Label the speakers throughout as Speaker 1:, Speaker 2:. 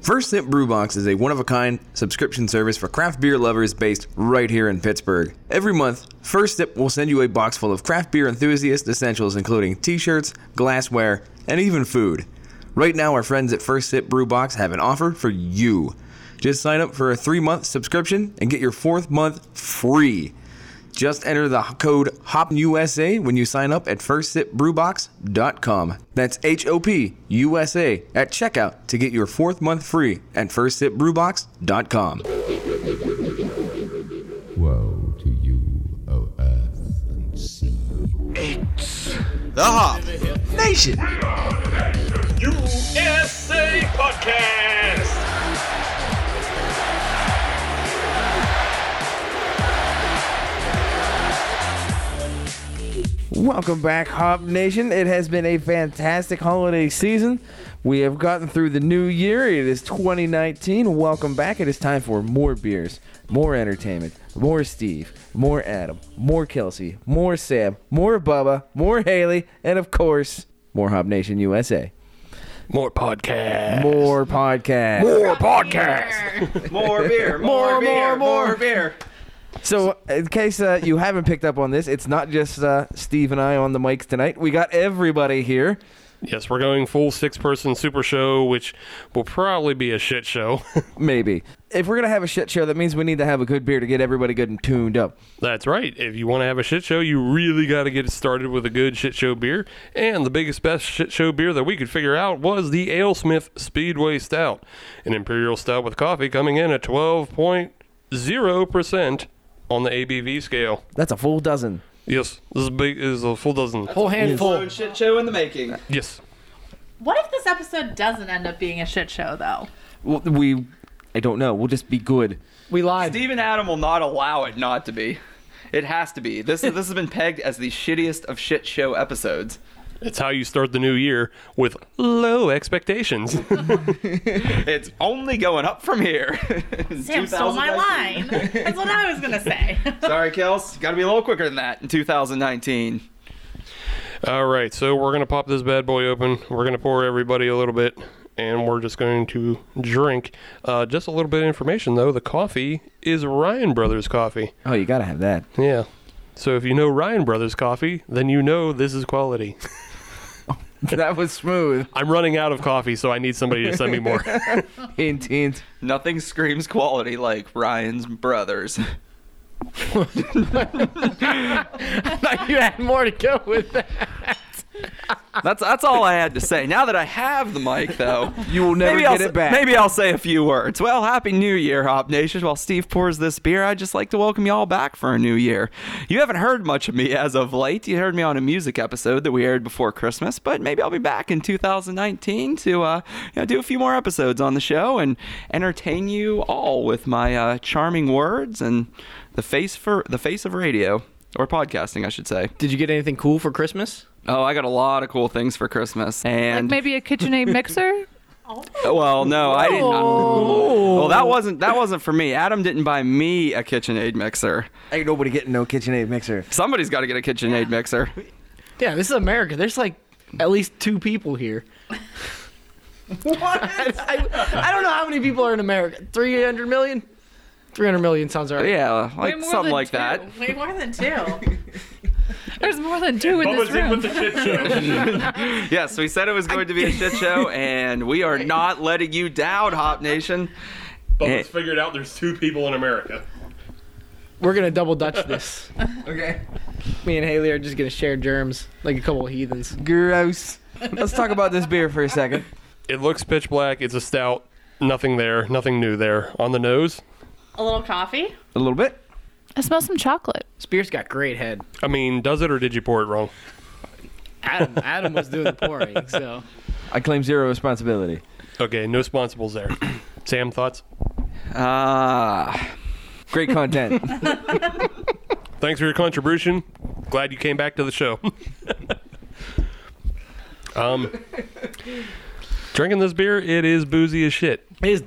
Speaker 1: First Sip Brew Box is a one of a kind subscription service for craft beer lovers based right here in Pittsburgh. Every month, First Sip will send you a box full of craft beer enthusiast essentials, including t shirts, glassware, and even food. Right now, our friends at First Sip Brew Box have an offer for you. Just sign up for a three month subscription and get your fourth month free. Just enter the code HOPUSA when you sign up at FirstSipBrewBox.com. That's H O P U S A at checkout to get your fourth month free at FirstSipBrewBox.com.
Speaker 2: Woe to you, O earth and sea.
Speaker 3: The Hop Nation.
Speaker 4: USA Podcast.
Speaker 5: Welcome back, Hop Nation. It has been a fantastic holiday season. We have gotten through the new year. It is 2019. Welcome back. It is time for more beers, more entertainment, more Steve, more Adam, more Kelsey, more Sam, more Bubba, more Haley, and of course, more Hop Nation USA.
Speaker 6: More podcast.
Speaker 5: More podcast. More
Speaker 1: More beer,
Speaker 5: More, beer, more, more more.
Speaker 1: beer.
Speaker 5: So, in case uh, you haven't picked up on this, it's not just uh, Steve and I on the mics tonight. We got everybody here.
Speaker 6: Yes, we're going full six person super show, which will probably be a shit show.
Speaker 5: Maybe. If we're going to have a shit show, that means we need to have a good beer to get everybody good and tuned up.
Speaker 6: That's right. If you want to have a shit show, you really got to get it started with a good shit show beer. And the biggest, best shit show beer that we could figure out was the AleSmith Speedway Stout, an imperial stout with coffee coming in at 12.0% on the ABV scale.
Speaker 5: That's a full dozen.
Speaker 6: Yes, this is big. This is a full dozen.
Speaker 7: Whole handful.
Speaker 3: Shit show in the making.
Speaker 6: Yes.
Speaker 8: What if this episode doesn't end up being a shit show, though?
Speaker 5: Well, we, I don't know. We'll just be good.
Speaker 7: We lied.
Speaker 3: Steve and Adam will not allow it not to be. It has to be. This this has been pegged as the shittiest of shit show episodes.
Speaker 6: It's how you start the new year with low expectations.
Speaker 3: It's only going up from here.
Speaker 8: Sam stole my line. That's what I was gonna say.
Speaker 3: Sorry, Kels. Got to be a little quicker than that in 2019.
Speaker 6: All right, so we're gonna pop this bad boy open. We're gonna pour everybody a little bit, and we're just going to drink. Uh, just a little bit of information though. The coffee is Ryan Brothers coffee.
Speaker 5: Oh, you got to have that.
Speaker 6: Yeah. So if you know Ryan Brothers coffee, then you know this is quality.
Speaker 5: that was smooth.
Speaker 6: I'm running out of coffee, so I need somebody to send me more.
Speaker 5: Hint, hint.
Speaker 3: Nothing screams quality like Ryan's brothers.
Speaker 7: you had more to go with that.
Speaker 3: That's that's all I had to say. Now that I have the mic, though,
Speaker 5: You will never
Speaker 3: I'll
Speaker 5: get
Speaker 3: s-
Speaker 5: it back.
Speaker 3: Maybe I'll say a few words. Well, happy New Year, Hop Nation. While Steve pours this beer, I'd just like to welcome y'all back for a new year. You haven't heard much of me as of late. You heard me on a music episode that we aired before Christmas, but maybe I'll be back in 2019 to uh, you know, do a few more episodes on the show and entertain you all with my uh, charming words and the face for the face of radio or podcasting, I should say.
Speaker 7: Did you get anything cool for Christmas?
Speaker 3: Oh, I got a lot of cool things for Christmas, and
Speaker 9: Maybe a KitchenAid mixer?
Speaker 3: Well, no, I didn't. Well, that wasn't that wasn't for me. Adam didn't buy me a KitchenAid mixer.
Speaker 5: Ain't nobody getting no KitchenAid mixer.
Speaker 3: Somebody's got to get a KitchenAid mixer.
Speaker 7: Yeah, this is America. There's like at least two people here. what? I, I don't know how many people are in America. 300 million? 300 million sounds all right.
Speaker 3: Yeah,
Speaker 9: Way
Speaker 3: like
Speaker 9: more
Speaker 3: something
Speaker 9: than
Speaker 3: like
Speaker 9: two.
Speaker 3: that.
Speaker 8: Way more than two.
Speaker 9: There's more than two in this
Speaker 4: Bubba's in
Speaker 9: room.
Speaker 4: with the shit show.
Speaker 3: Yes, we said it was going to be a shit show, and we are not letting you down, Hop Nation. Eh,
Speaker 6: Bubba's figured out there's two people in America.
Speaker 7: We're going to double Dutch this.
Speaker 5: Okay.
Speaker 7: Me and Haley are just going to share germs like a couple of heathens.
Speaker 5: Gross. Let's talk about this beer for a second.
Speaker 6: It looks pitch black. It's a stout. Nothing there. Nothing new there. On the nose.
Speaker 8: A little coffee.
Speaker 5: A little bit.
Speaker 9: I smell some chocolate.
Speaker 7: Spears got great head.
Speaker 6: I mean, does it or did you pour it wrong?
Speaker 7: Adam Adam was doing the pouring, so.
Speaker 5: I claim zero responsibility.
Speaker 6: Okay, no sponsibles there. Sam, thoughts?
Speaker 3: Ah,
Speaker 5: Great content.
Speaker 6: Thanks for your contribution. Glad you came back to the show. um, drinking this beer, it is boozy as shit.
Speaker 7: It is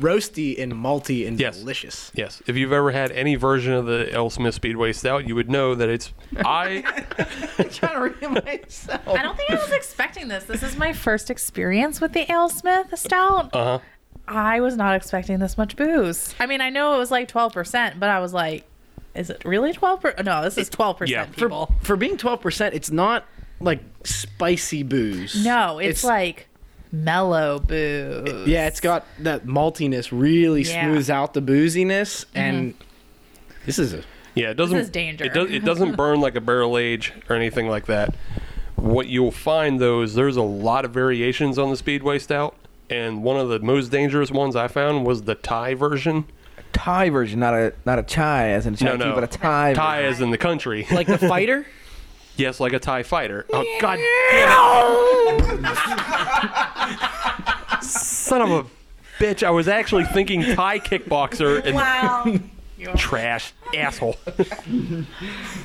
Speaker 7: roasty and malty and
Speaker 6: Yes.
Speaker 7: delicious.
Speaker 6: Yes, if you've ever had any version of the L. Smith Speedway Stout, you would know that it's I.
Speaker 8: I don't think I was expecting this. This is my first experience with the AleSmith Stout.
Speaker 7: Uh-huh.
Speaker 6: Uh huh.
Speaker 8: I was not expecting this much booze. I mean, I know it was like 12%, but I was like, is it really 12%? No, this is 12%
Speaker 6: Yeah.
Speaker 7: For,
Speaker 8: people.
Speaker 7: for being 12%, it's not like spicy booze.
Speaker 8: No, it's, like mellow booze.
Speaker 7: Yeah, it's got that maltiness really
Speaker 8: Yeah. Mm-hmm.
Speaker 7: smooths out the booziness, and this is a
Speaker 6: Yeah, it doesn't.
Speaker 8: is danger.
Speaker 6: It, does, it doesn't burn like a barrel age or anything like that. What you'll find though is there's a lot of variations on the Speedway Stout, and one of the most dangerous ones I found was the Thai version.
Speaker 5: Thai version, not a not a chai as in a chai
Speaker 6: no,
Speaker 5: tea,
Speaker 6: no,
Speaker 5: but a Thai.
Speaker 6: Thai is in the country.
Speaker 7: like the fighter.
Speaker 6: yes, like a Thai fighter. Oh God, son of a bitch! I was actually thinking Thai kickboxer and
Speaker 8: Wow.
Speaker 6: trash asshole.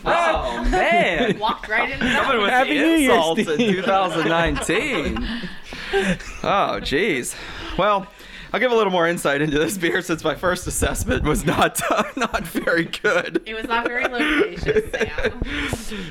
Speaker 3: Oh man!
Speaker 8: Walked right into that.
Speaker 3: Coming with
Speaker 5: Happy
Speaker 3: the
Speaker 5: New Year,
Speaker 3: insults in
Speaker 5: Steve.
Speaker 3: 2019. oh, jeez. Well, I'll give a little more insight into this beer since my first assessment was not not very good.
Speaker 8: It was not very loquacious, Sam.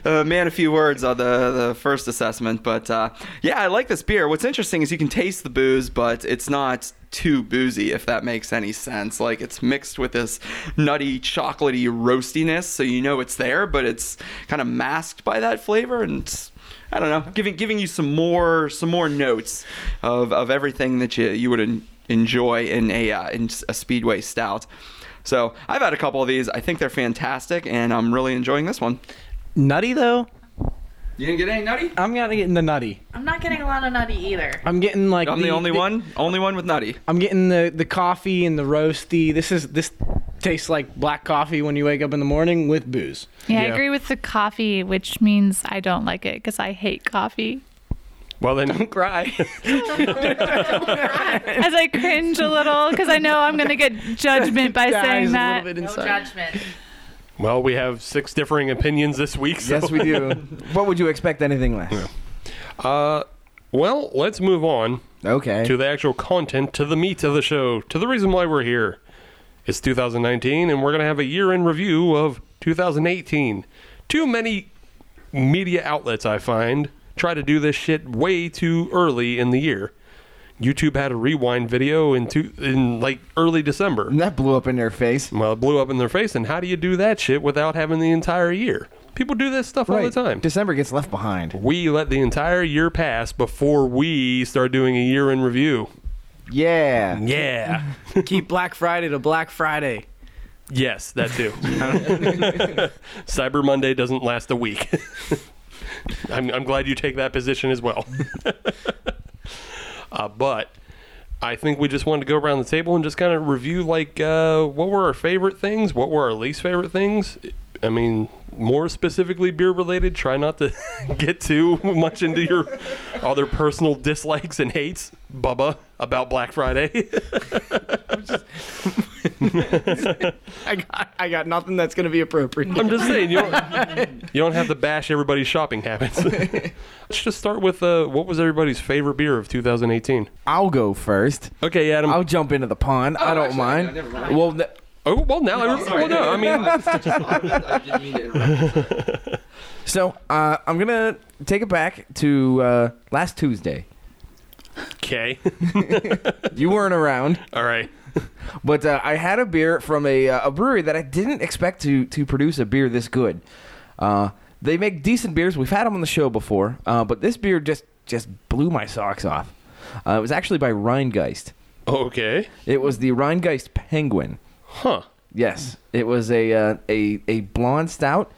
Speaker 3: uh, man a few words on the, the first assessment, but uh, yeah, I like this beer. What's interesting is you can taste the booze, but it's not too boozy, if that makes any sense. Like it's mixed with this nutty, chocolatey roastiness, so you know it's there, but it's kind of masked by that flavor and. it's- I don't know, giving giving you some more some more notes of, of everything that you you would en- enjoy in a uh, in s- a speedway stout. So I've had a couple of these. I think they're fantastic, and I'm really enjoying this one.
Speaker 7: Nutty though,
Speaker 3: You didn't get any nutty?
Speaker 7: I'm not getting the nutty.
Speaker 8: I'm not getting a lot of nutty either.
Speaker 7: I'm getting like
Speaker 3: I'm the, only one. Only one with nutty.
Speaker 7: I'm getting the the coffee and the roasty. This is this tastes like black coffee when you wake up in the morning with booze.
Speaker 9: Yeah, I agree with the coffee, which means I don't like it because I hate coffee.
Speaker 6: Well then,
Speaker 7: Cry.
Speaker 9: As I cringe a little because I know I'm going to get judgment by saying that.
Speaker 8: No judgment.
Speaker 6: well we have six differing opinions this week. So.
Speaker 5: Yes, we do. what would you expect anything less?
Speaker 6: Uh, well, let's move on.
Speaker 5: Okay.
Speaker 6: to the actual content, to the meat of the show, to the reason why we're here. It's 2019, and we're going to have a year in review of 2018. Too many media outlets, I find, try to do this shit way too early in the year. YouTube had a rewind video in, two, in like early December.
Speaker 5: And that blew up in their face.
Speaker 6: Well, it blew up in their face, and how do you do that shit without having the entire year? People do this stuff all
Speaker 5: Right.
Speaker 6: the time
Speaker 5: December gets left behind.
Speaker 6: we let the entire year pass before we start doing a year in review.
Speaker 5: Yeah.
Speaker 6: Yeah.
Speaker 7: Keep Black Friday to Black Friday.
Speaker 6: yes, that too. Cyber Monday doesn't last a week. I'm, I'm glad you take that position as well. uh, but I think we just wanted to go around the table and just kind of review like uh, what were our favorite things, what were our least favorite things. I mean, more specifically beer related. Try not to get too much into your other personal dislikes and hates, Bubba, about Black Friday.
Speaker 7: I got I got nothing that's gonna be appropriate.
Speaker 6: I'm just saying you don't, you don't have to bash everybody's shopping habits. Let's just start with uh, what was everybody's favorite beer of 2018.
Speaker 5: I'll go first.
Speaker 6: Okay, Adam.
Speaker 5: I'll jump into the pond. I don't mind. Well, th-
Speaker 6: oh well, now every- well, no, I mean
Speaker 5: so uh, I'm gonna take it back to uh, last Tuesday.
Speaker 6: okay.
Speaker 5: You weren't around,
Speaker 6: All right.
Speaker 5: but uh, I had a beer from a, uh, a brewery that I didn't expect to to produce a beer this good. Uh, they make decent beers. We've had them on the show before, uh, but this beer just just blew my socks off. Uh, it was actually by Rheingeist.
Speaker 6: Okay.
Speaker 5: It was the Rheingeist Penguin.
Speaker 6: Huh.
Speaker 5: Yes, it was a uh, a a blonde stout.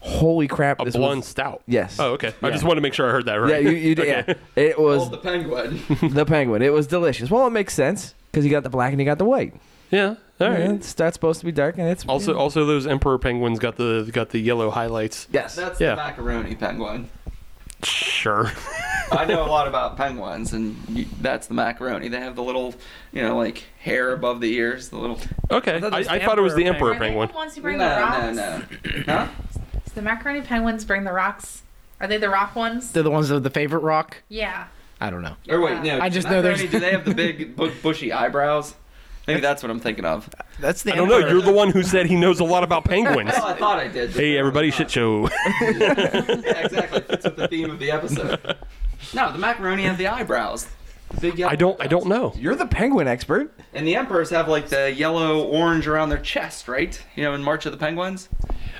Speaker 5: Holy crap!
Speaker 6: A
Speaker 5: this
Speaker 6: blonde
Speaker 5: was,
Speaker 6: stout.
Speaker 5: Yes.
Speaker 6: Oh, okay. I
Speaker 5: Yeah.
Speaker 6: just want to make sure I heard that
Speaker 5: Yeah,
Speaker 6: right.
Speaker 5: you, you did. Yeah, it was
Speaker 3: the penguin.
Speaker 5: the penguin. It was delicious. Well, it makes sense because you got the black and you got the white.
Speaker 6: yeah. All right.
Speaker 5: Yeah, it's- that's supposed to be dark, and it's
Speaker 6: Also, also those emperor penguins got the got the yellow highlights.
Speaker 5: yes.
Speaker 3: That's
Speaker 6: Yeah.
Speaker 3: the macaroni penguin.
Speaker 6: Sure.
Speaker 3: I know a lot about penguins, and you, that's the macaroni. They have the little, you know, like hair above the ears, the little.
Speaker 6: Okay. I,
Speaker 7: thought
Speaker 6: I,
Speaker 7: it was
Speaker 6: thought it was the emperor
Speaker 8: Are
Speaker 7: emperor
Speaker 8: they
Speaker 6: penguin.
Speaker 8: the ones who
Speaker 3: No,
Speaker 8: bring the
Speaker 3: no,
Speaker 8: rocks?
Speaker 3: no. Huh?
Speaker 8: Do the macaroni penguins bring the rocks? Are they the rock ones?
Speaker 7: They're the ones with the favorite rock.
Speaker 8: yeah.
Speaker 7: I don't know.
Speaker 3: Or wait, no.
Speaker 7: I just know there's-
Speaker 3: macaroni, Do they have the big bu- bushy eyebrows? Maybe that's what I'm thinking of.
Speaker 7: That's the
Speaker 6: I don't know. You're the one who said he knows a lot about penguins.
Speaker 3: Oh, I thought I did.
Speaker 6: hey, everybody, shit show.
Speaker 3: Yeah, exactly. Fits with the theme of the episode. No, the macaroni have the eyebrows. Big yellow
Speaker 6: I don't. I don't know.
Speaker 5: You're the penguin expert.
Speaker 3: And the emperors have like the yellow orange around their chest, right? You know, in March of the Penguins.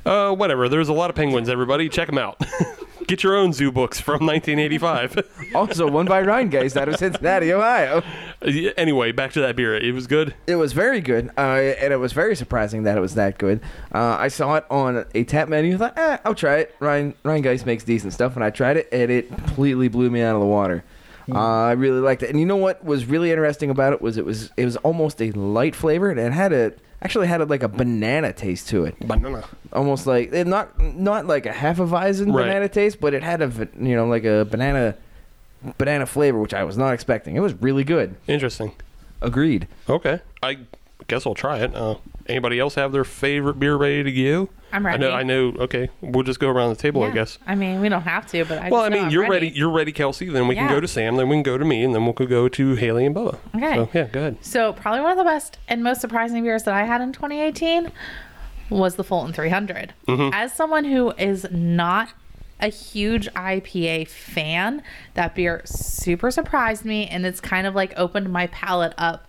Speaker 6: Uh, whatever. There's a lot of penguins. Everybody, check them out. Get your own zoo books from 1985.
Speaker 5: Also won by Rheingeist out of Cincinnati, Ohio.
Speaker 6: Yeah, anyway, back to that beer. It was good.
Speaker 5: It was very good, uh, and it was very surprising that it was that good. Uh, I saw it on a tap menu. Thought, eh, I'll try it. Ryan Ryan Geist makes decent stuff, and I tried it, and it completely blew me out of the water.
Speaker 6: Mm.
Speaker 5: Uh, I really liked it, and you know what was really interesting about it was it was it was almost a light flavor, and it had a actually had a, like a banana taste to it,
Speaker 6: Banana.
Speaker 5: almost like it not not like a half a Weizen
Speaker 6: Right.
Speaker 5: banana taste, but it had a va- you know like a banana banana flavor, which I was not expecting. It was really good.
Speaker 6: Interesting.
Speaker 5: Agreed.
Speaker 6: Okay. I guess I'll try it. Uh, anybody else have their favorite beer ready to go?
Speaker 8: I'm
Speaker 6: I know. I
Speaker 8: ready.
Speaker 6: know. Okay. We'll just go around the table, I
Speaker 8: Yeah.
Speaker 6: guess.
Speaker 8: I mean, we don't have to, but I
Speaker 6: Well, I
Speaker 8: just know
Speaker 6: mean,
Speaker 8: I'm
Speaker 6: you're ready. You're ready, Kelsey. Then we can
Speaker 8: Yeah.
Speaker 6: go to Sam. Then we can go to me, and then we'll go- go to Haley and Bubba.
Speaker 8: Okay.
Speaker 6: So, yeah. Go ahead.
Speaker 8: So probably one of the best and most surprising beers that I had in 2018 was the Fulton 300.
Speaker 6: Mm-hmm.
Speaker 8: As someone who is not a huge IPA fan, that beer super surprised me and it's kind of like opened my palate up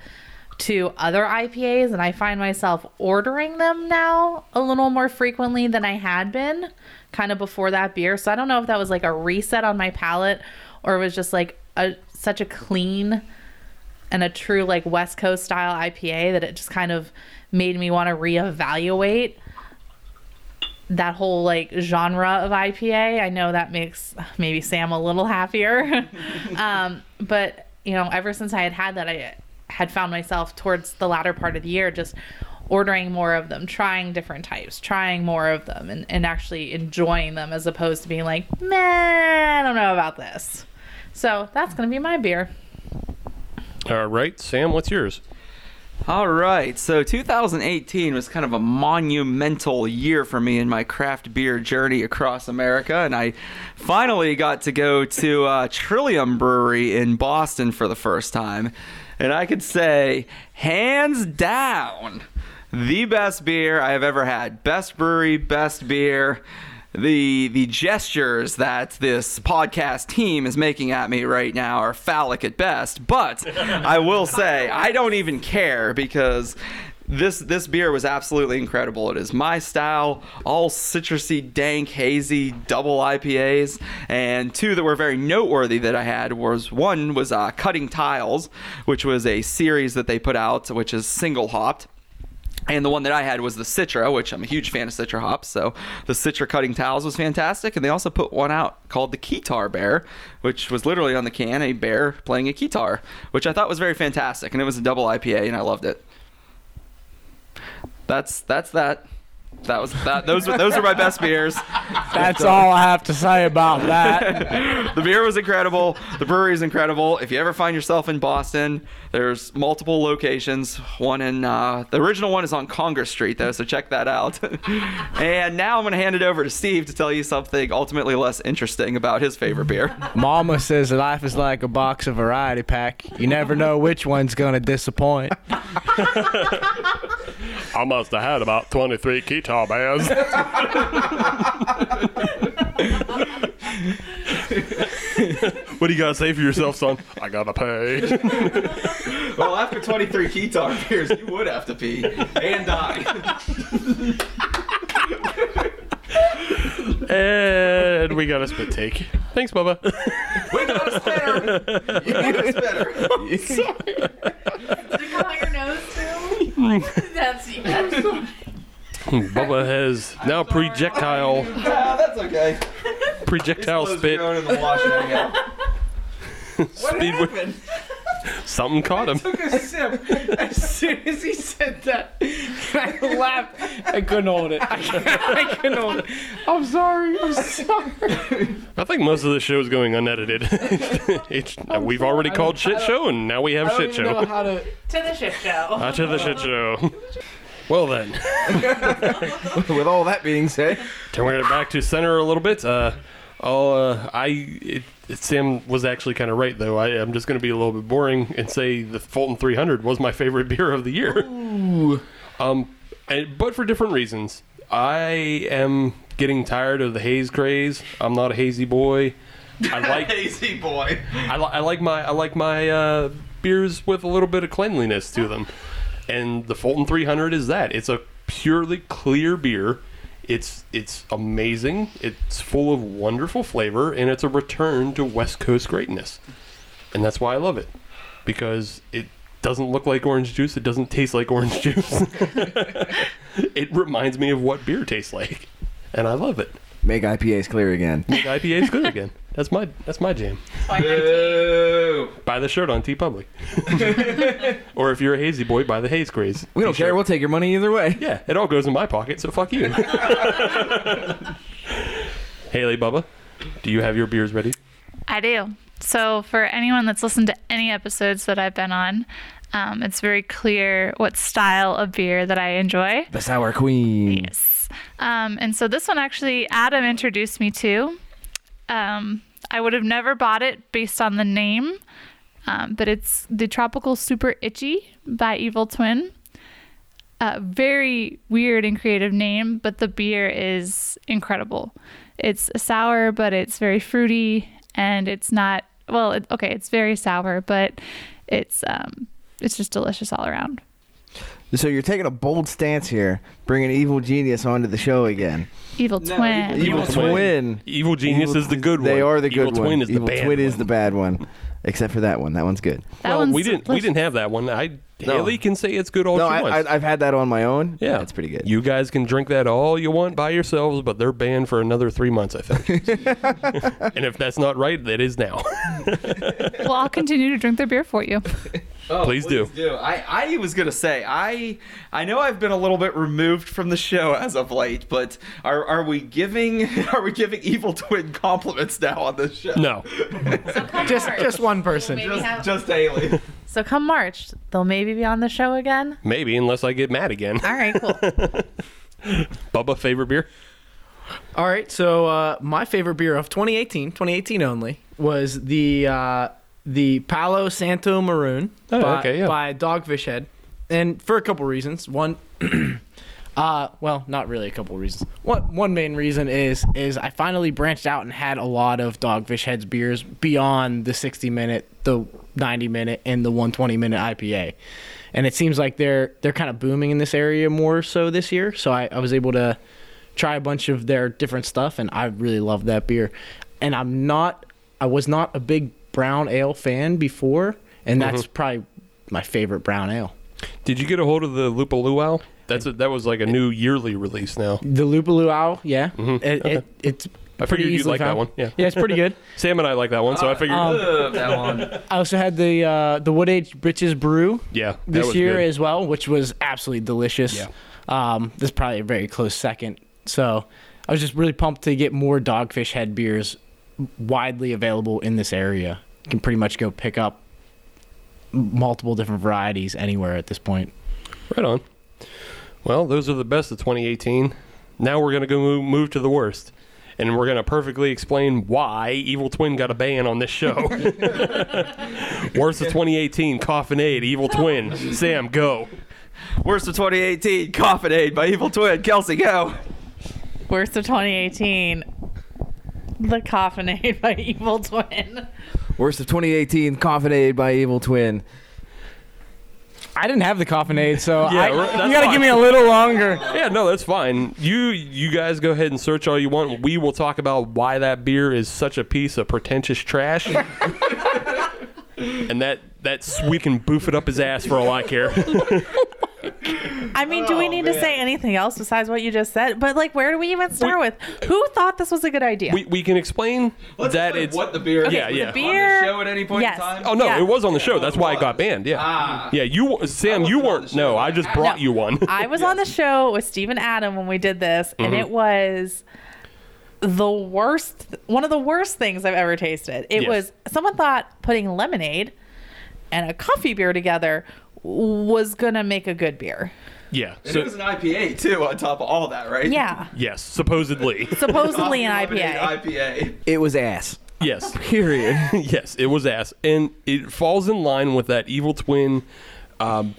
Speaker 8: to other IPAs and I find myself ordering them now a little more frequently than I had been kind of before that beer. So I don't know if that was like a reset on my palate or it was just like a such a clean and a true like West Coast style IPA that it just kind of made me want to reevaluate that whole like genre of IPA. I know that makes maybe Sam a little happier. um, but you know, ever since I had had that, I had found myself towards the latter part of the year just ordering more of them, trying different types, trying more of them, and, and actually enjoying them as opposed to being like, man, I don't know about this. So that's gonna be my beer.
Speaker 6: All right, Sam. What's yours?
Speaker 3: All right, so 2018 was kind of a monumental year for me in my craft beer journey across America, and I finally got to go to uh, Trillium Brewery in Boston for the first time. And I could say, hands down, the best beer I have ever had. Best brewery, best beer. The the gestures that this podcast team is making at me right now are phallic at best, but I will say I don't even care because this this beer was absolutely incredible. It is my style, all citrusy, dank, hazy, double IPAs, and two that were very noteworthy that I had was one was uh, Cutting Tiles, which was a series that they put out, which is single hopped. And the one that I had was the Citra, which I'm a huge fan of Citra hops. So the Citra cutting towels was fantastic. And they also put one out called the Kitar Bear, which was literally on the can a bear playing a kitar, which I thought was very fantastic. And it was a double IPA, and I loved it. That's that's that. That was that. Those were those were my best beers.
Speaker 7: That's all I have to say about that.
Speaker 3: the beer was incredible. The brewery is incredible. If you ever find yourself in Boston, there's multiple locations. One in uh, the original one is on Congress Street though, so check that out. and now I'm gonna hand it over to Steve to tell you something ultimately less interesting about his favorite beer.
Speaker 7: Mama says life is like a box of variety pack. You never know which one's gonna disappoint.
Speaker 2: I must have had about 23 guitar bears.
Speaker 6: What do you gotta say for yourself, son?
Speaker 2: I gotta pay.
Speaker 3: well, after 23 Ketar beers, you would have to pee and die.
Speaker 6: and we got a spit take. Thanks, Bubba.
Speaker 8: Oh That's
Speaker 6: Bubba has now projectile
Speaker 3: that's okay.
Speaker 6: projectile spit.
Speaker 3: Going in the wash right now.
Speaker 6: Speedway. Something caught him.
Speaker 7: took a sip as soon as he said that. I laughed. I couldn't hold it. I, couldn't hold it. I'm sorry. I'm sorry.
Speaker 6: I think most of the show is going unedited. It's- we've already called shit show, and now we have shit show.
Speaker 7: how to.
Speaker 8: To the shit show.
Speaker 6: Out to the shit show. Well then,
Speaker 5: With all that being said,
Speaker 6: turning it back to center a little bit. Uh, I'll, uh, I it, it, Sam was actually kind of right though. I, I'm just going to be a little bit boring and say the Fulton 300 was my favorite beer of the year. Um, and, but for different reasons. I am getting tired of the haze craze. I'm not a hazy boy. I like
Speaker 3: Easy boy.
Speaker 6: I, li- I like my I like my uh, beers with a little bit of cleanliness to them, and the Fulton 300 is that. It's a purely clear beer. It's it's amazing. It's full of wonderful flavor, and it's a return to West Coast greatness, and that's why I love it, because it doesn't look like orange juice. It doesn't taste like orange juice. it reminds me of what beer tastes like, and I love it.
Speaker 1: Make IPAs clear again.
Speaker 6: Make IPAs good again. That's my that's my jam buy the shirt on T Public. or if you're a hazy boy, buy the haze craze.
Speaker 1: We don't care.
Speaker 6: t-shirt.
Speaker 1: We'll take your money either way.
Speaker 6: Yeah, it all goes in my pocket, so fuck you. Haley Bubba, do you have your beers ready?
Speaker 9: I do. So, for anyone that's listened to any episodes that I've been on, um, it's very clear what style of beer that I enjoy.
Speaker 1: The Sour Queen.
Speaker 9: Yes. Um, and so this one actually, Adam introduced me to. Um, I would have never bought it based on the name, um, but it's the Tropical Super Itchy by Evil Twin. A very weird and creative name, but the beer is incredible. It's sour, but it's very fruity, and it's not well. It, okay, it's very sour, but it's um, it's just delicious all around.
Speaker 5: So you're taking a bold stance here, bringing Evil Genius onto the show again.
Speaker 9: Evil Twin.
Speaker 5: Evil, Twin.
Speaker 6: Evil Genius
Speaker 5: Evil-
Speaker 6: is the good one.
Speaker 5: They are the
Speaker 6: Evil
Speaker 5: good
Speaker 6: Twin
Speaker 5: one.
Speaker 6: is the
Speaker 5: Evil
Speaker 6: bad
Speaker 5: Twin
Speaker 6: one.
Speaker 5: is the bad one. Except for that one. That one's good.
Speaker 9: That
Speaker 6: well,
Speaker 9: one's
Speaker 6: we didn't we didn't have that one. I Haley can say it's good all
Speaker 5: No,
Speaker 6: she
Speaker 5: I,
Speaker 6: wants.
Speaker 5: I, I've had that on my own.
Speaker 6: yeah,
Speaker 5: It's pretty good.
Speaker 6: You guys can drink that all you want by yourselves, but they're banned for another three months, I think. and if that's not right, that is now.
Speaker 9: well, I'll continue to drink their beer for you.
Speaker 6: Please do.
Speaker 3: Oh, I, I was gonna say I I know I've been a little bit removed from the show as of late, but are are we giving are we giving Evil Twin compliments now on this show?
Speaker 6: No.
Speaker 8: just,
Speaker 10: Just one person.
Speaker 8: Maybe have-
Speaker 3: Just Haley.
Speaker 8: so come March, they'll maybe be on the show again.
Speaker 6: Maybe, unless I get mad again.
Speaker 8: All right, cool.
Speaker 6: Bubba, favorite beer?
Speaker 10: All right, so uh, my favorite beer of 2018, 2018 only, was the uh, the Palo Santo Maroon
Speaker 6: Oh,
Speaker 10: by,
Speaker 6: okay, yeah.
Speaker 10: by Dogfish Head, and for a couple reasons. One, uh, well, not really a couple reasons. One one main reason is is I finally branched out and had a lot of Dogfish Head's beers beyond the 60 minute, the 90 minute, and the 120 minute IPA, and it seems like they're they're kind of booming in this area more so this year. So I, I was able to try a bunch of their different stuff and I really love that beer. And I'm not I was not a big brown ale fan before and that's probably my favorite brown ale.
Speaker 6: Did you get a hold of the Lupa Luau? That's a, that was like a new yearly release now.
Speaker 10: The Lupaloo Owl, yeah. It, it it's
Speaker 6: Mm-hmm. I
Speaker 10: pretty
Speaker 6: figured you'd
Speaker 10: easily
Speaker 6: like that
Speaker 10: found.
Speaker 6: one, yeah.
Speaker 10: it's pretty good.
Speaker 6: Sam and I like that one, so I
Speaker 10: Uh,
Speaker 6: figured,
Speaker 10: um, I also had the uh, the Wood Age Britches Brew
Speaker 6: yeah, that
Speaker 10: this
Speaker 6: was
Speaker 10: year
Speaker 6: good.
Speaker 10: as well, which was absolutely delicious.
Speaker 6: Yeah.
Speaker 10: Um, this is probably a very close second. So I was just really pumped to get more Dogfish Head beers widely available in this area. You can pretty much go pick up m- multiple different varieties anywhere at this point.
Speaker 6: right on. Well, those are the best of 2018. Now we're gonna go move, move to the worst, and we're gonna perfectly explain why Evil Twin got a ban on this show. worst of 2018, Coffinade, Evil Twin. Sam, go.
Speaker 3: Worst of 2018, Coffinade by Evil Twin. Kelsey, go.
Speaker 8: Worst of 2018. The Coffinade by Evil Twin.
Speaker 1: Worst of 2018, Coffinade by Evil Twin.
Speaker 10: I didn't have the coffinade, so
Speaker 6: Yeah,
Speaker 10: I,
Speaker 6: right, that's
Speaker 10: you gotta
Speaker 6: fine.
Speaker 10: give me a little longer.
Speaker 6: Yeah, no, that's fine. You you guys go ahead and search all you want. We will talk about why that beer is such a piece of pretentious trash. and that that sweep can boof it up his ass for all I care.
Speaker 8: I mean, do
Speaker 6: Oh,
Speaker 8: we need to say anything else besides what you just said? But like, where do we even start with? Who thought this was a good idea?
Speaker 6: we we can explain that it's
Speaker 3: what the beer?
Speaker 6: yeah,
Speaker 8: the
Speaker 6: yeah.
Speaker 8: beer.
Speaker 3: show at any point
Speaker 8: yes.
Speaker 3: in time?
Speaker 6: Oh no,
Speaker 8: Yeah.
Speaker 6: it was on the show. That's why it got banned. Yeah. Yeah, you Sam, you weren't. No, I just brought you one.
Speaker 8: I was on the show with Steve and Adam when we did this, and
Speaker 6: Mm-hmm.
Speaker 8: it was the worst, one of the worst things I've ever tasted. It
Speaker 6: Yes.
Speaker 8: was someone thought putting lemonade and a coffee beer together was gonna make a good beer.
Speaker 6: yeah.
Speaker 3: And
Speaker 6: So
Speaker 3: it was an IPA too, on top of all that, right?
Speaker 8: Yeah,
Speaker 6: yes, supposedly.
Speaker 8: supposedly an
Speaker 3: Coffinade
Speaker 8: IPA.
Speaker 3: IPA.
Speaker 1: It was ass.
Speaker 6: yes.
Speaker 1: Period.
Speaker 6: yes, it was ass, and it falls in line with that evil twin um,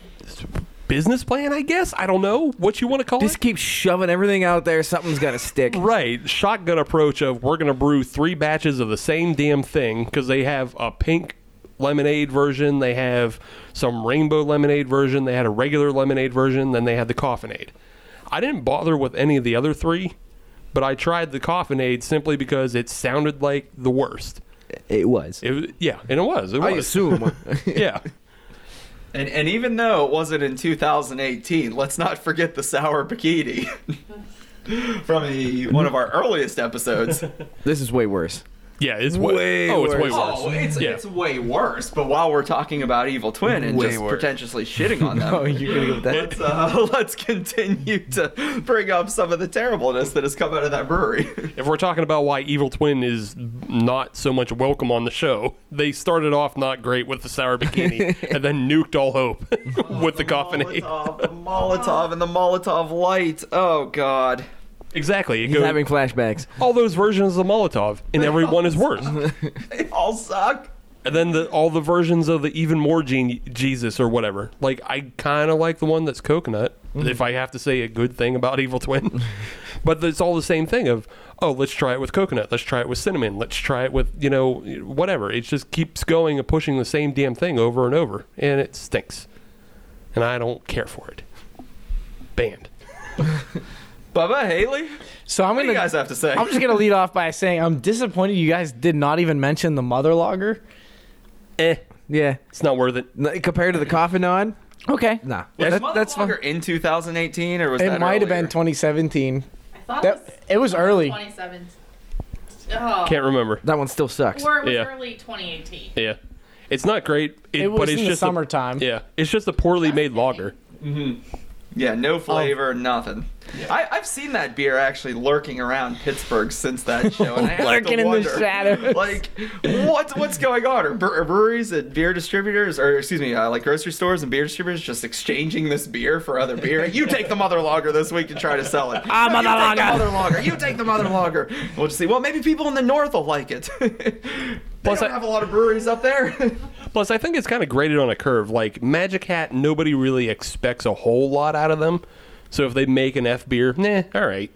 Speaker 6: business plan, I guess. I don't know what you want to call
Speaker 1: Just
Speaker 6: it.
Speaker 1: keep shoving everything out there. Something's got to stick.
Speaker 6: Right, shotgun approach of we're gonna brew three batches of the same damn thing because they have a pink lemonade version, they have some rainbow lemonade version, they had a regular lemonade version, then they had the coffinade. I didn't bother with any of the other three, but I tried the coffinade simply because it sounded like the worst.
Speaker 1: It was.
Speaker 6: It was, yeah, and it was. It
Speaker 5: I
Speaker 6: was.
Speaker 5: assume.
Speaker 6: yeah.
Speaker 3: And, and even though it wasn't in 2018, let's not forget the sour bikini from the, one of our earliest episodes.
Speaker 1: This is way worse.
Speaker 6: Yeah, it's way, oh, it's way worse.
Speaker 3: Oh, it's,
Speaker 6: Yeah.
Speaker 3: it's way worse. But while we're talking about Evil Twin and
Speaker 1: Way
Speaker 3: just
Speaker 1: worse.
Speaker 3: pretentiously shitting on them,
Speaker 5: oh, you're gonna go with that.
Speaker 3: let's, uh, let's continue to bring up some of the terribleness that has come out of that brewery.
Speaker 6: If we're talking about why Evil Twin is not so much welcome on the show, they started off not great with the sour bikini and then nuked all hope with the coffinade.
Speaker 3: Molotov, the Molotov, and the Molotov light. Oh God.
Speaker 6: Exactly. It
Speaker 1: He's
Speaker 6: goes,
Speaker 1: having flashbacks.
Speaker 6: all those versions of the Molotov, and every one is worse.
Speaker 3: They all suck.
Speaker 6: And then the, all the versions of the even more gen- Jesus or whatever. Like I kind of like the one that's coconut,
Speaker 3: Mm-hmm.
Speaker 6: if I have to say a good thing about Evil Twin. but it's all the same thing of oh, let's try it with coconut, let's try it with cinnamon, let's try it with you know whatever. It just keeps going and pushing the same damn thing over and over, and it stinks. And I don't care for it. Banned.
Speaker 3: Bubba Haley,
Speaker 10: So I'm
Speaker 3: what do
Speaker 10: gonna.
Speaker 3: you guys have to say?
Speaker 10: I'm just gonna lead off by saying I'm disappointed you guys did not even mention the mother lager.
Speaker 6: Eh,
Speaker 1: Yeah.
Speaker 6: it's not worth it.
Speaker 1: N- Compared to the coffin on,
Speaker 10: Okay.
Speaker 1: nah.
Speaker 3: was
Speaker 10: that- that's fine.
Speaker 3: Motherfucker in 2018 or was
Speaker 10: It
Speaker 3: that
Speaker 10: might have been
Speaker 3: earlier?
Speaker 10: 2017.
Speaker 8: I thought
Speaker 10: That- it was early.
Speaker 8: 27. Oh,
Speaker 6: Can't remember.
Speaker 1: That one still sucks.
Speaker 8: or it was
Speaker 6: yeah.
Speaker 8: early 2018.
Speaker 6: Yeah, it's not great. It,
Speaker 10: It was
Speaker 6: but
Speaker 10: in
Speaker 6: it's
Speaker 10: the
Speaker 6: just a,
Speaker 10: summertime.
Speaker 6: yeah, it's just a poorly made lager.
Speaker 3: Yeah, no flavor, nothing. I, I've seen that beer actually lurking around Pittsburgh since that show. And I have
Speaker 10: Lurking
Speaker 3: to
Speaker 10: in the
Speaker 3: wonder,
Speaker 10: shadows.
Speaker 3: Like, what, what's going on? Are, bre- are breweries and beer distributors, or excuse me, uh, like grocery stores and beer distributors just exchanging this beer for other beer? You take the mother lager this week and try to sell it. Ah, mother lager. Mother lager. You take the mother lager. We'll just see. Well, maybe people in the north will like it. they
Speaker 6: Plus,
Speaker 3: don't
Speaker 6: I-
Speaker 3: have a lot of breweries up there.
Speaker 6: Plus, I think it's kind of graded on a curve. Like Magic Hat, nobody really expects a whole lot out of them. So if they make an F beer, nah, all right.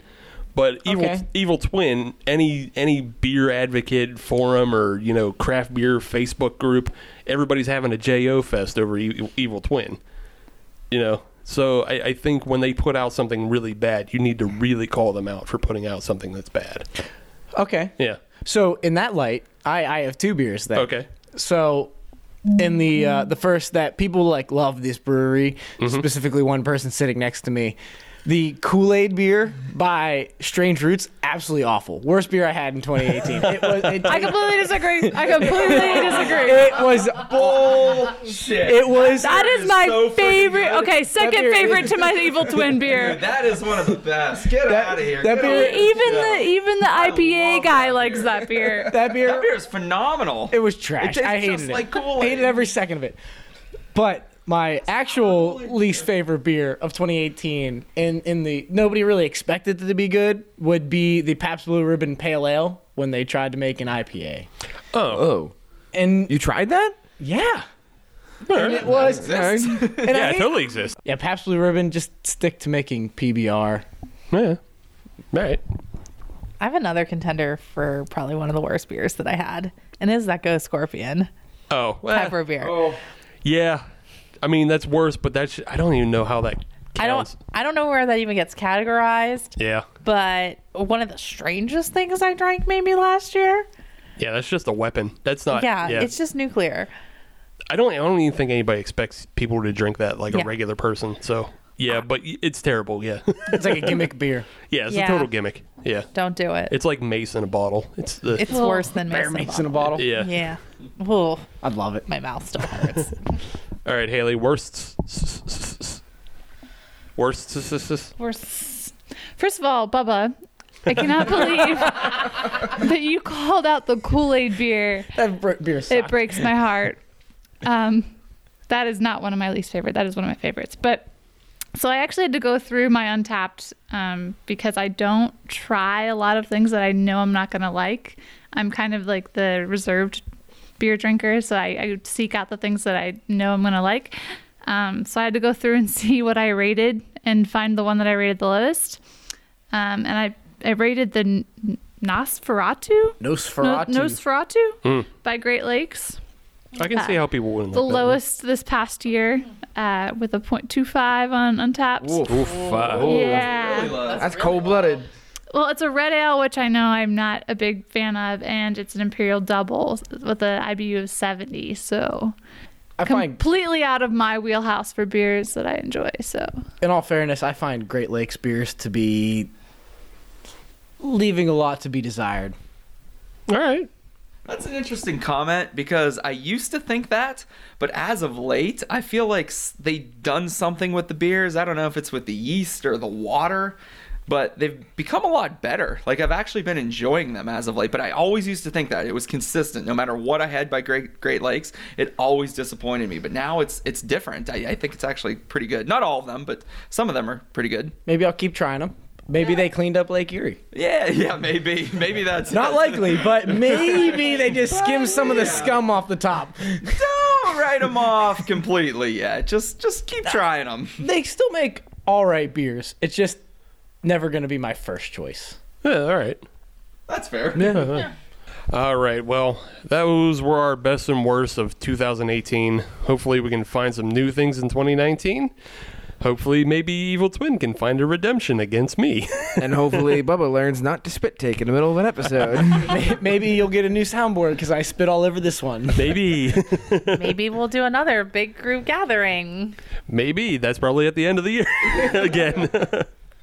Speaker 6: But evil,
Speaker 10: Okay.
Speaker 6: evil twin, any any beer advocate forum or you know craft beer Facebook group, everybody's having a Jo fest over e- evil twin. You know, so I, I think when they put out something really bad, you need to really call them out for putting out something that's bad.
Speaker 10: Okay.
Speaker 6: Yeah.
Speaker 10: So in that light, I I have two beers there.
Speaker 6: Okay.
Speaker 10: So in the uh, the first that people like love this brewery,
Speaker 6: Mm-hmm.
Speaker 10: specifically one person sitting next to me. The Kool Aid beer by Strange Roots, absolutely awful. Worst beer I had in 2018. It was, it,
Speaker 9: I completely disagree. I completely disagree.
Speaker 10: it was
Speaker 3: Bullshit.
Speaker 10: it was
Speaker 9: That is my
Speaker 3: So freaking
Speaker 9: favorite.
Speaker 3: good.
Speaker 9: Okay, second
Speaker 10: beer is-
Speaker 9: favorite to my evil twin beer.
Speaker 3: That is one of the best. Get out of here.
Speaker 10: that
Speaker 3: Get
Speaker 10: beer-
Speaker 3: away.
Speaker 9: Even the even the
Speaker 3: love
Speaker 9: IPA
Speaker 3: that
Speaker 9: guy likes that beer.
Speaker 10: that beer.
Speaker 3: That beer is phenomenal.
Speaker 10: It was trash.
Speaker 3: tastes
Speaker 10: I hated
Speaker 3: just
Speaker 10: it.
Speaker 3: like Kool-Aid.
Speaker 10: Hated every second of it. But my actual least favorite beer of 2018, and in the nobody really expected it to be good, would be the Pabst Blue Ribbon Pale Ale when they tried to make an IPA.
Speaker 1: Oh,
Speaker 10: And
Speaker 1: you tried that?
Speaker 10: yeah, and it was. and I
Speaker 6: Yeah, it
Speaker 10: hate-
Speaker 6: totally exists.
Speaker 10: yeah, Pabst Blue Ribbon just stick to making PBR.
Speaker 6: Yeah. All right.
Speaker 8: I have another contender for probably one of the worst beers that I had, and is that Go Scorpion
Speaker 6: Oh. well.
Speaker 8: pepper beer.
Speaker 6: Yeah, I mean that's worse, but that's I don't even know how that. Counts.
Speaker 8: I don't I don't know where that even gets categorized,
Speaker 6: Yeah,
Speaker 8: but one of the strangest things I drank maybe last year.
Speaker 6: yeah, that's just a weapon. That's not.
Speaker 8: Yeah,
Speaker 6: Yeah,
Speaker 8: it's just nuclear.
Speaker 6: I don't. I don't even think anybody expects people to drink that like
Speaker 8: Yeah.
Speaker 6: a regular person. So yeah, but y- it's terrible. Yeah,
Speaker 10: It's like a gimmick beer.
Speaker 6: yeah, it's
Speaker 8: Yeah.
Speaker 6: a total gimmick. Yeah,
Speaker 8: Don't do it.
Speaker 6: it's like mace in a bottle. It's the
Speaker 8: It's worse than
Speaker 10: Bear
Speaker 8: Mason
Speaker 10: makes in a
Speaker 8: Bottle.
Speaker 10: bottle.
Speaker 6: yeah.
Speaker 8: Yeah. Oh,
Speaker 10: I'd love it.
Speaker 8: my mouth still hurts.
Speaker 6: All right, Haley. Worst. s- s- s- s- Worst. s- s- s-
Speaker 9: We're s- First of all, Bubba, I cannot believe that you called out the Kool Aid beer.
Speaker 10: That br- beer
Speaker 9: It
Speaker 10: sucked.
Speaker 9: breaks my heart. Um, that is not one of my least favorite. That is one of my favorites. But so I actually had to go through my Untapped um, because I don't try a lot of things that I know I'm not going to like. I'm kind of like the reserved beer drinker, so I, I seek out the things that I know I'm going to like. Um, so I had to go through and see what I rated and find the one that I rated the lowest. Um, and I, I rated the N- N- Nosferatu?
Speaker 10: Nosferatu.
Speaker 9: No, Nosferatu
Speaker 6: Hmm.
Speaker 9: by Great Lakes.
Speaker 6: I
Speaker 8: Uh,
Speaker 6: can see how people wouldn't.
Speaker 9: The
Speaker 6: like that one.
Speaker 9: lowest this past year uh, with a 0.25 on Untapped.
Speaker 6: Oof, uh, five.
Speaker 9: Yeah.
Speaker 5: That's cold blooded.
Speaker 9: Well, it's a red ale, which I know I'm not a big fan of, and it's an imperial double with an IBU of 70. So
Speaker 10: I find
Speaker 9: completely out of my wheelhouse for beers that I enjoy. So
Speaker 10: in all fairness, I find Great Lakes beers to be leaving a lot to be desired.
Speaker 6: All right.
Speaker 3: That's an interesting comment because I used to think that, but as of late, I feel like s- they've done something with the beers. I don't know if it's with the yeast or the water, but they've become a lot better. Like I've actually been enjoying them as of late, but I always used to think that it was consistent no matter what I had by Great Great Lakes, it always disappointed me. But now it's it's different. I, I think it's actually pretty good. Not all of them, but some of them are pretty good.
Speaker 10: Maybe I'll keep trying them. Maybe they cleaned up Lake Erie.
Speaker 3: Yeah, yeah, maybe maybe that's
Speaker 10: Not likely, but maybe they just skimmed some of the scum off the top.
Speaker 3: Don't write them off completely yet. Just just keep trying them.
Speaker 10: They still make all right beers. It's just never going to be my first choice.
Speaker 6: Yeah, all right.
Speaker 3: That's fair.
Speaker 6: All right. Well, those were our best and worst of 2018. Hopefully, we can find some new things in 2019. Hopefully, maybe Evil Twin can find a redemption against me.
Speaker 5: And hopefully Bubba learns not to spit take in the middle of an episode.
Speaker 10: Maybe you'll get a new soundboard because I spit all over this one.
Speaker 6: maybe.
Speaker 8: Maybe we'll do another big group gathering.
Speaker 6: Maybe. That's probably at the end of the year again.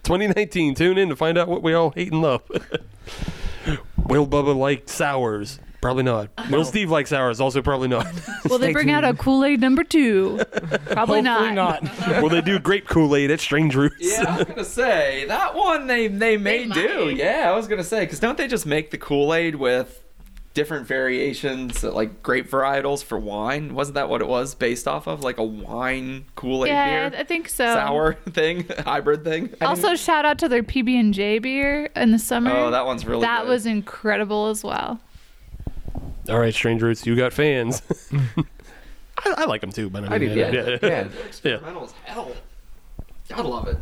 Speaker 6: 2019. Tune in to find out what we all hate and love. Will Bubba like sours? Probably not. Will Steve like sours? Also, probably not.
Speaker 9: will they bring out a Kool Aid number two? Probably
Speaker 10: Hopefully
Speaker 9: not.
Speaker 10: not.
Speaker 6: Will they do grape Kool Aid at Strange Roots?
Speaker 3: Yeah, I was gonna say that one they they may do.
Speaker 8: might.
Speaker 3: Yeah, I was gonna say because don't they just make the Kool Aid with different variations uh, like grape varietals for wine? Wasn't that what it was based off of? Like a wine Kool Aid
Speaker 9: Yeah,
Speaker 3: beer,
Speaker 9: I think so.
Speaker 3: sour thing, hybrid thing.
Speaker 9: Also, shout out to their PB and J beer in the summer.
Speaker 3: Oh, that one's really
Speaker 9: that
Speaker 3: good.
Speaker 9: was incredible as well.
Speaker 6: All right, Strange Roots, you got fans. I, I like them too, but I, mean,
Speaker 5: do, yeah. Yeah.
Speaker 3: Experimental as hell. Gotta love it.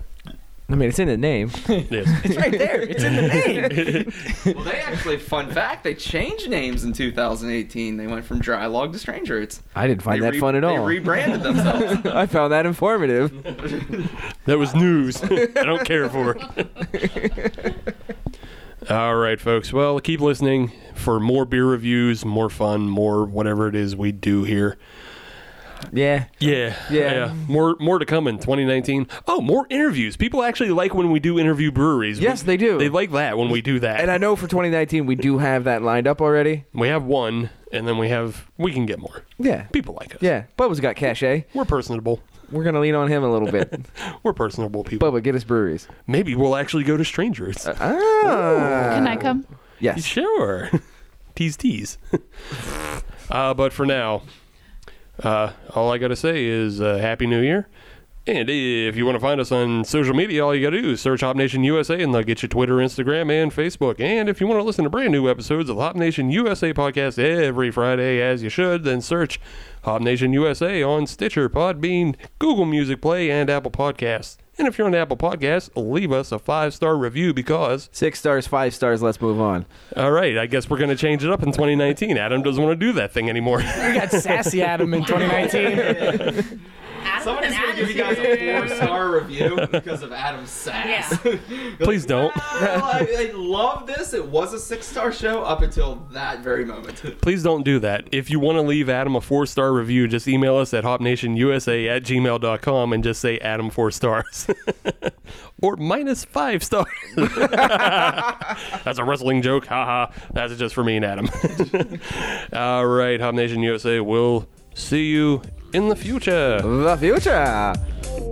Speaker 5: I mean, it's in the name.
Speaker 6: Yes.
Speaker 5: It's right there. It's in the name.
Speaker 3: Well, they actually, fun fact, they changed names in 2018. They went from Dry Log to Strange Roots.
Speaker 5: I didn't find
Speaker 3: They
Speaker 5: that
Speaker 3: re-
Speaker 5: fun at all.
Speaker 3: They rebranded themselves.
Speaker 5: I found that informative.
Speaker 6: that was news. I don't care for it. All right, folks. Well, keep listening for more beer reviews, more fun, more whatever it is we do here.
Speaker 5: Yeah.
Speaker 6: Yeah,
Speaker 5: Yeah.
Speaker 6: More, more to come in 2019. Oh, more interviews. People actually like when we do interview breweries.
Speaker 5: Yes,
Speaker 6: We-
Speaker 5: they do.
Speaker 6: They like that when we do that.
Speaker 5: And I know for 2019 we do have that lined up already.
Speaker 6: we have one, and then we have we can get more.
Speaker 5: Yeah.
Speaker 6: People like us.
Speaker 5: Yeah. Bubba's got cachet.
Speaker 6: we're personable.
Speaker 5: We're gonna lean on him a little bit.
Speaker 6: We're personable people.
Speaker 5: Bubba, get us breweries.
Speaker 6: Maybe we'll actually go to strangers.
Speaker 5: Ah.
Speaker 9: Can I
Speaker 3: Uh,
Speaker 9: come?
Speaker 5: Yes.
Speaker 6: sure. tease, tease. uh, but for now, uh, all I got to say is uh, Happy New Year. And if you want to find us on social media, all you got to do is search Hop Nation USA, and they'll get you Twitter, Instagram, and Facebook. And if you want to listen to brand new episodes of Hop Nation USA podcast every Friday, as you should, then search Hop Nation USA on Stitcher, Podbean, Google Music Play, and Apple Podcasts. And if you're on Apple Podcasts, leave us a five star review because
Speaker 5: Six stars, five stars. Let's move on.
Speaker 6: all right, I guess we're going to change it up in 2019. Adam doesn't want to do that thing anymore.
Speaker 10: We got Sassy Adam in 2019.
Speaker 3: Somebody's gonna give you guys a four star review because of Adam's sass.
Speaker 6: Please don't.
Speaker 3: Well, I, I love this. It was a six star show up until that very moment.
Speaker 6: Please don't do that. If you want to leave Adam a four star review, just email us at hopnationusa at gmail.com and just say Adam four stars or minus five stars. That's a wrestling joke. Haha. That's just for me and Adam. All right, Hop Nation USA, we'll see you in the future.
Speaker 5: The future.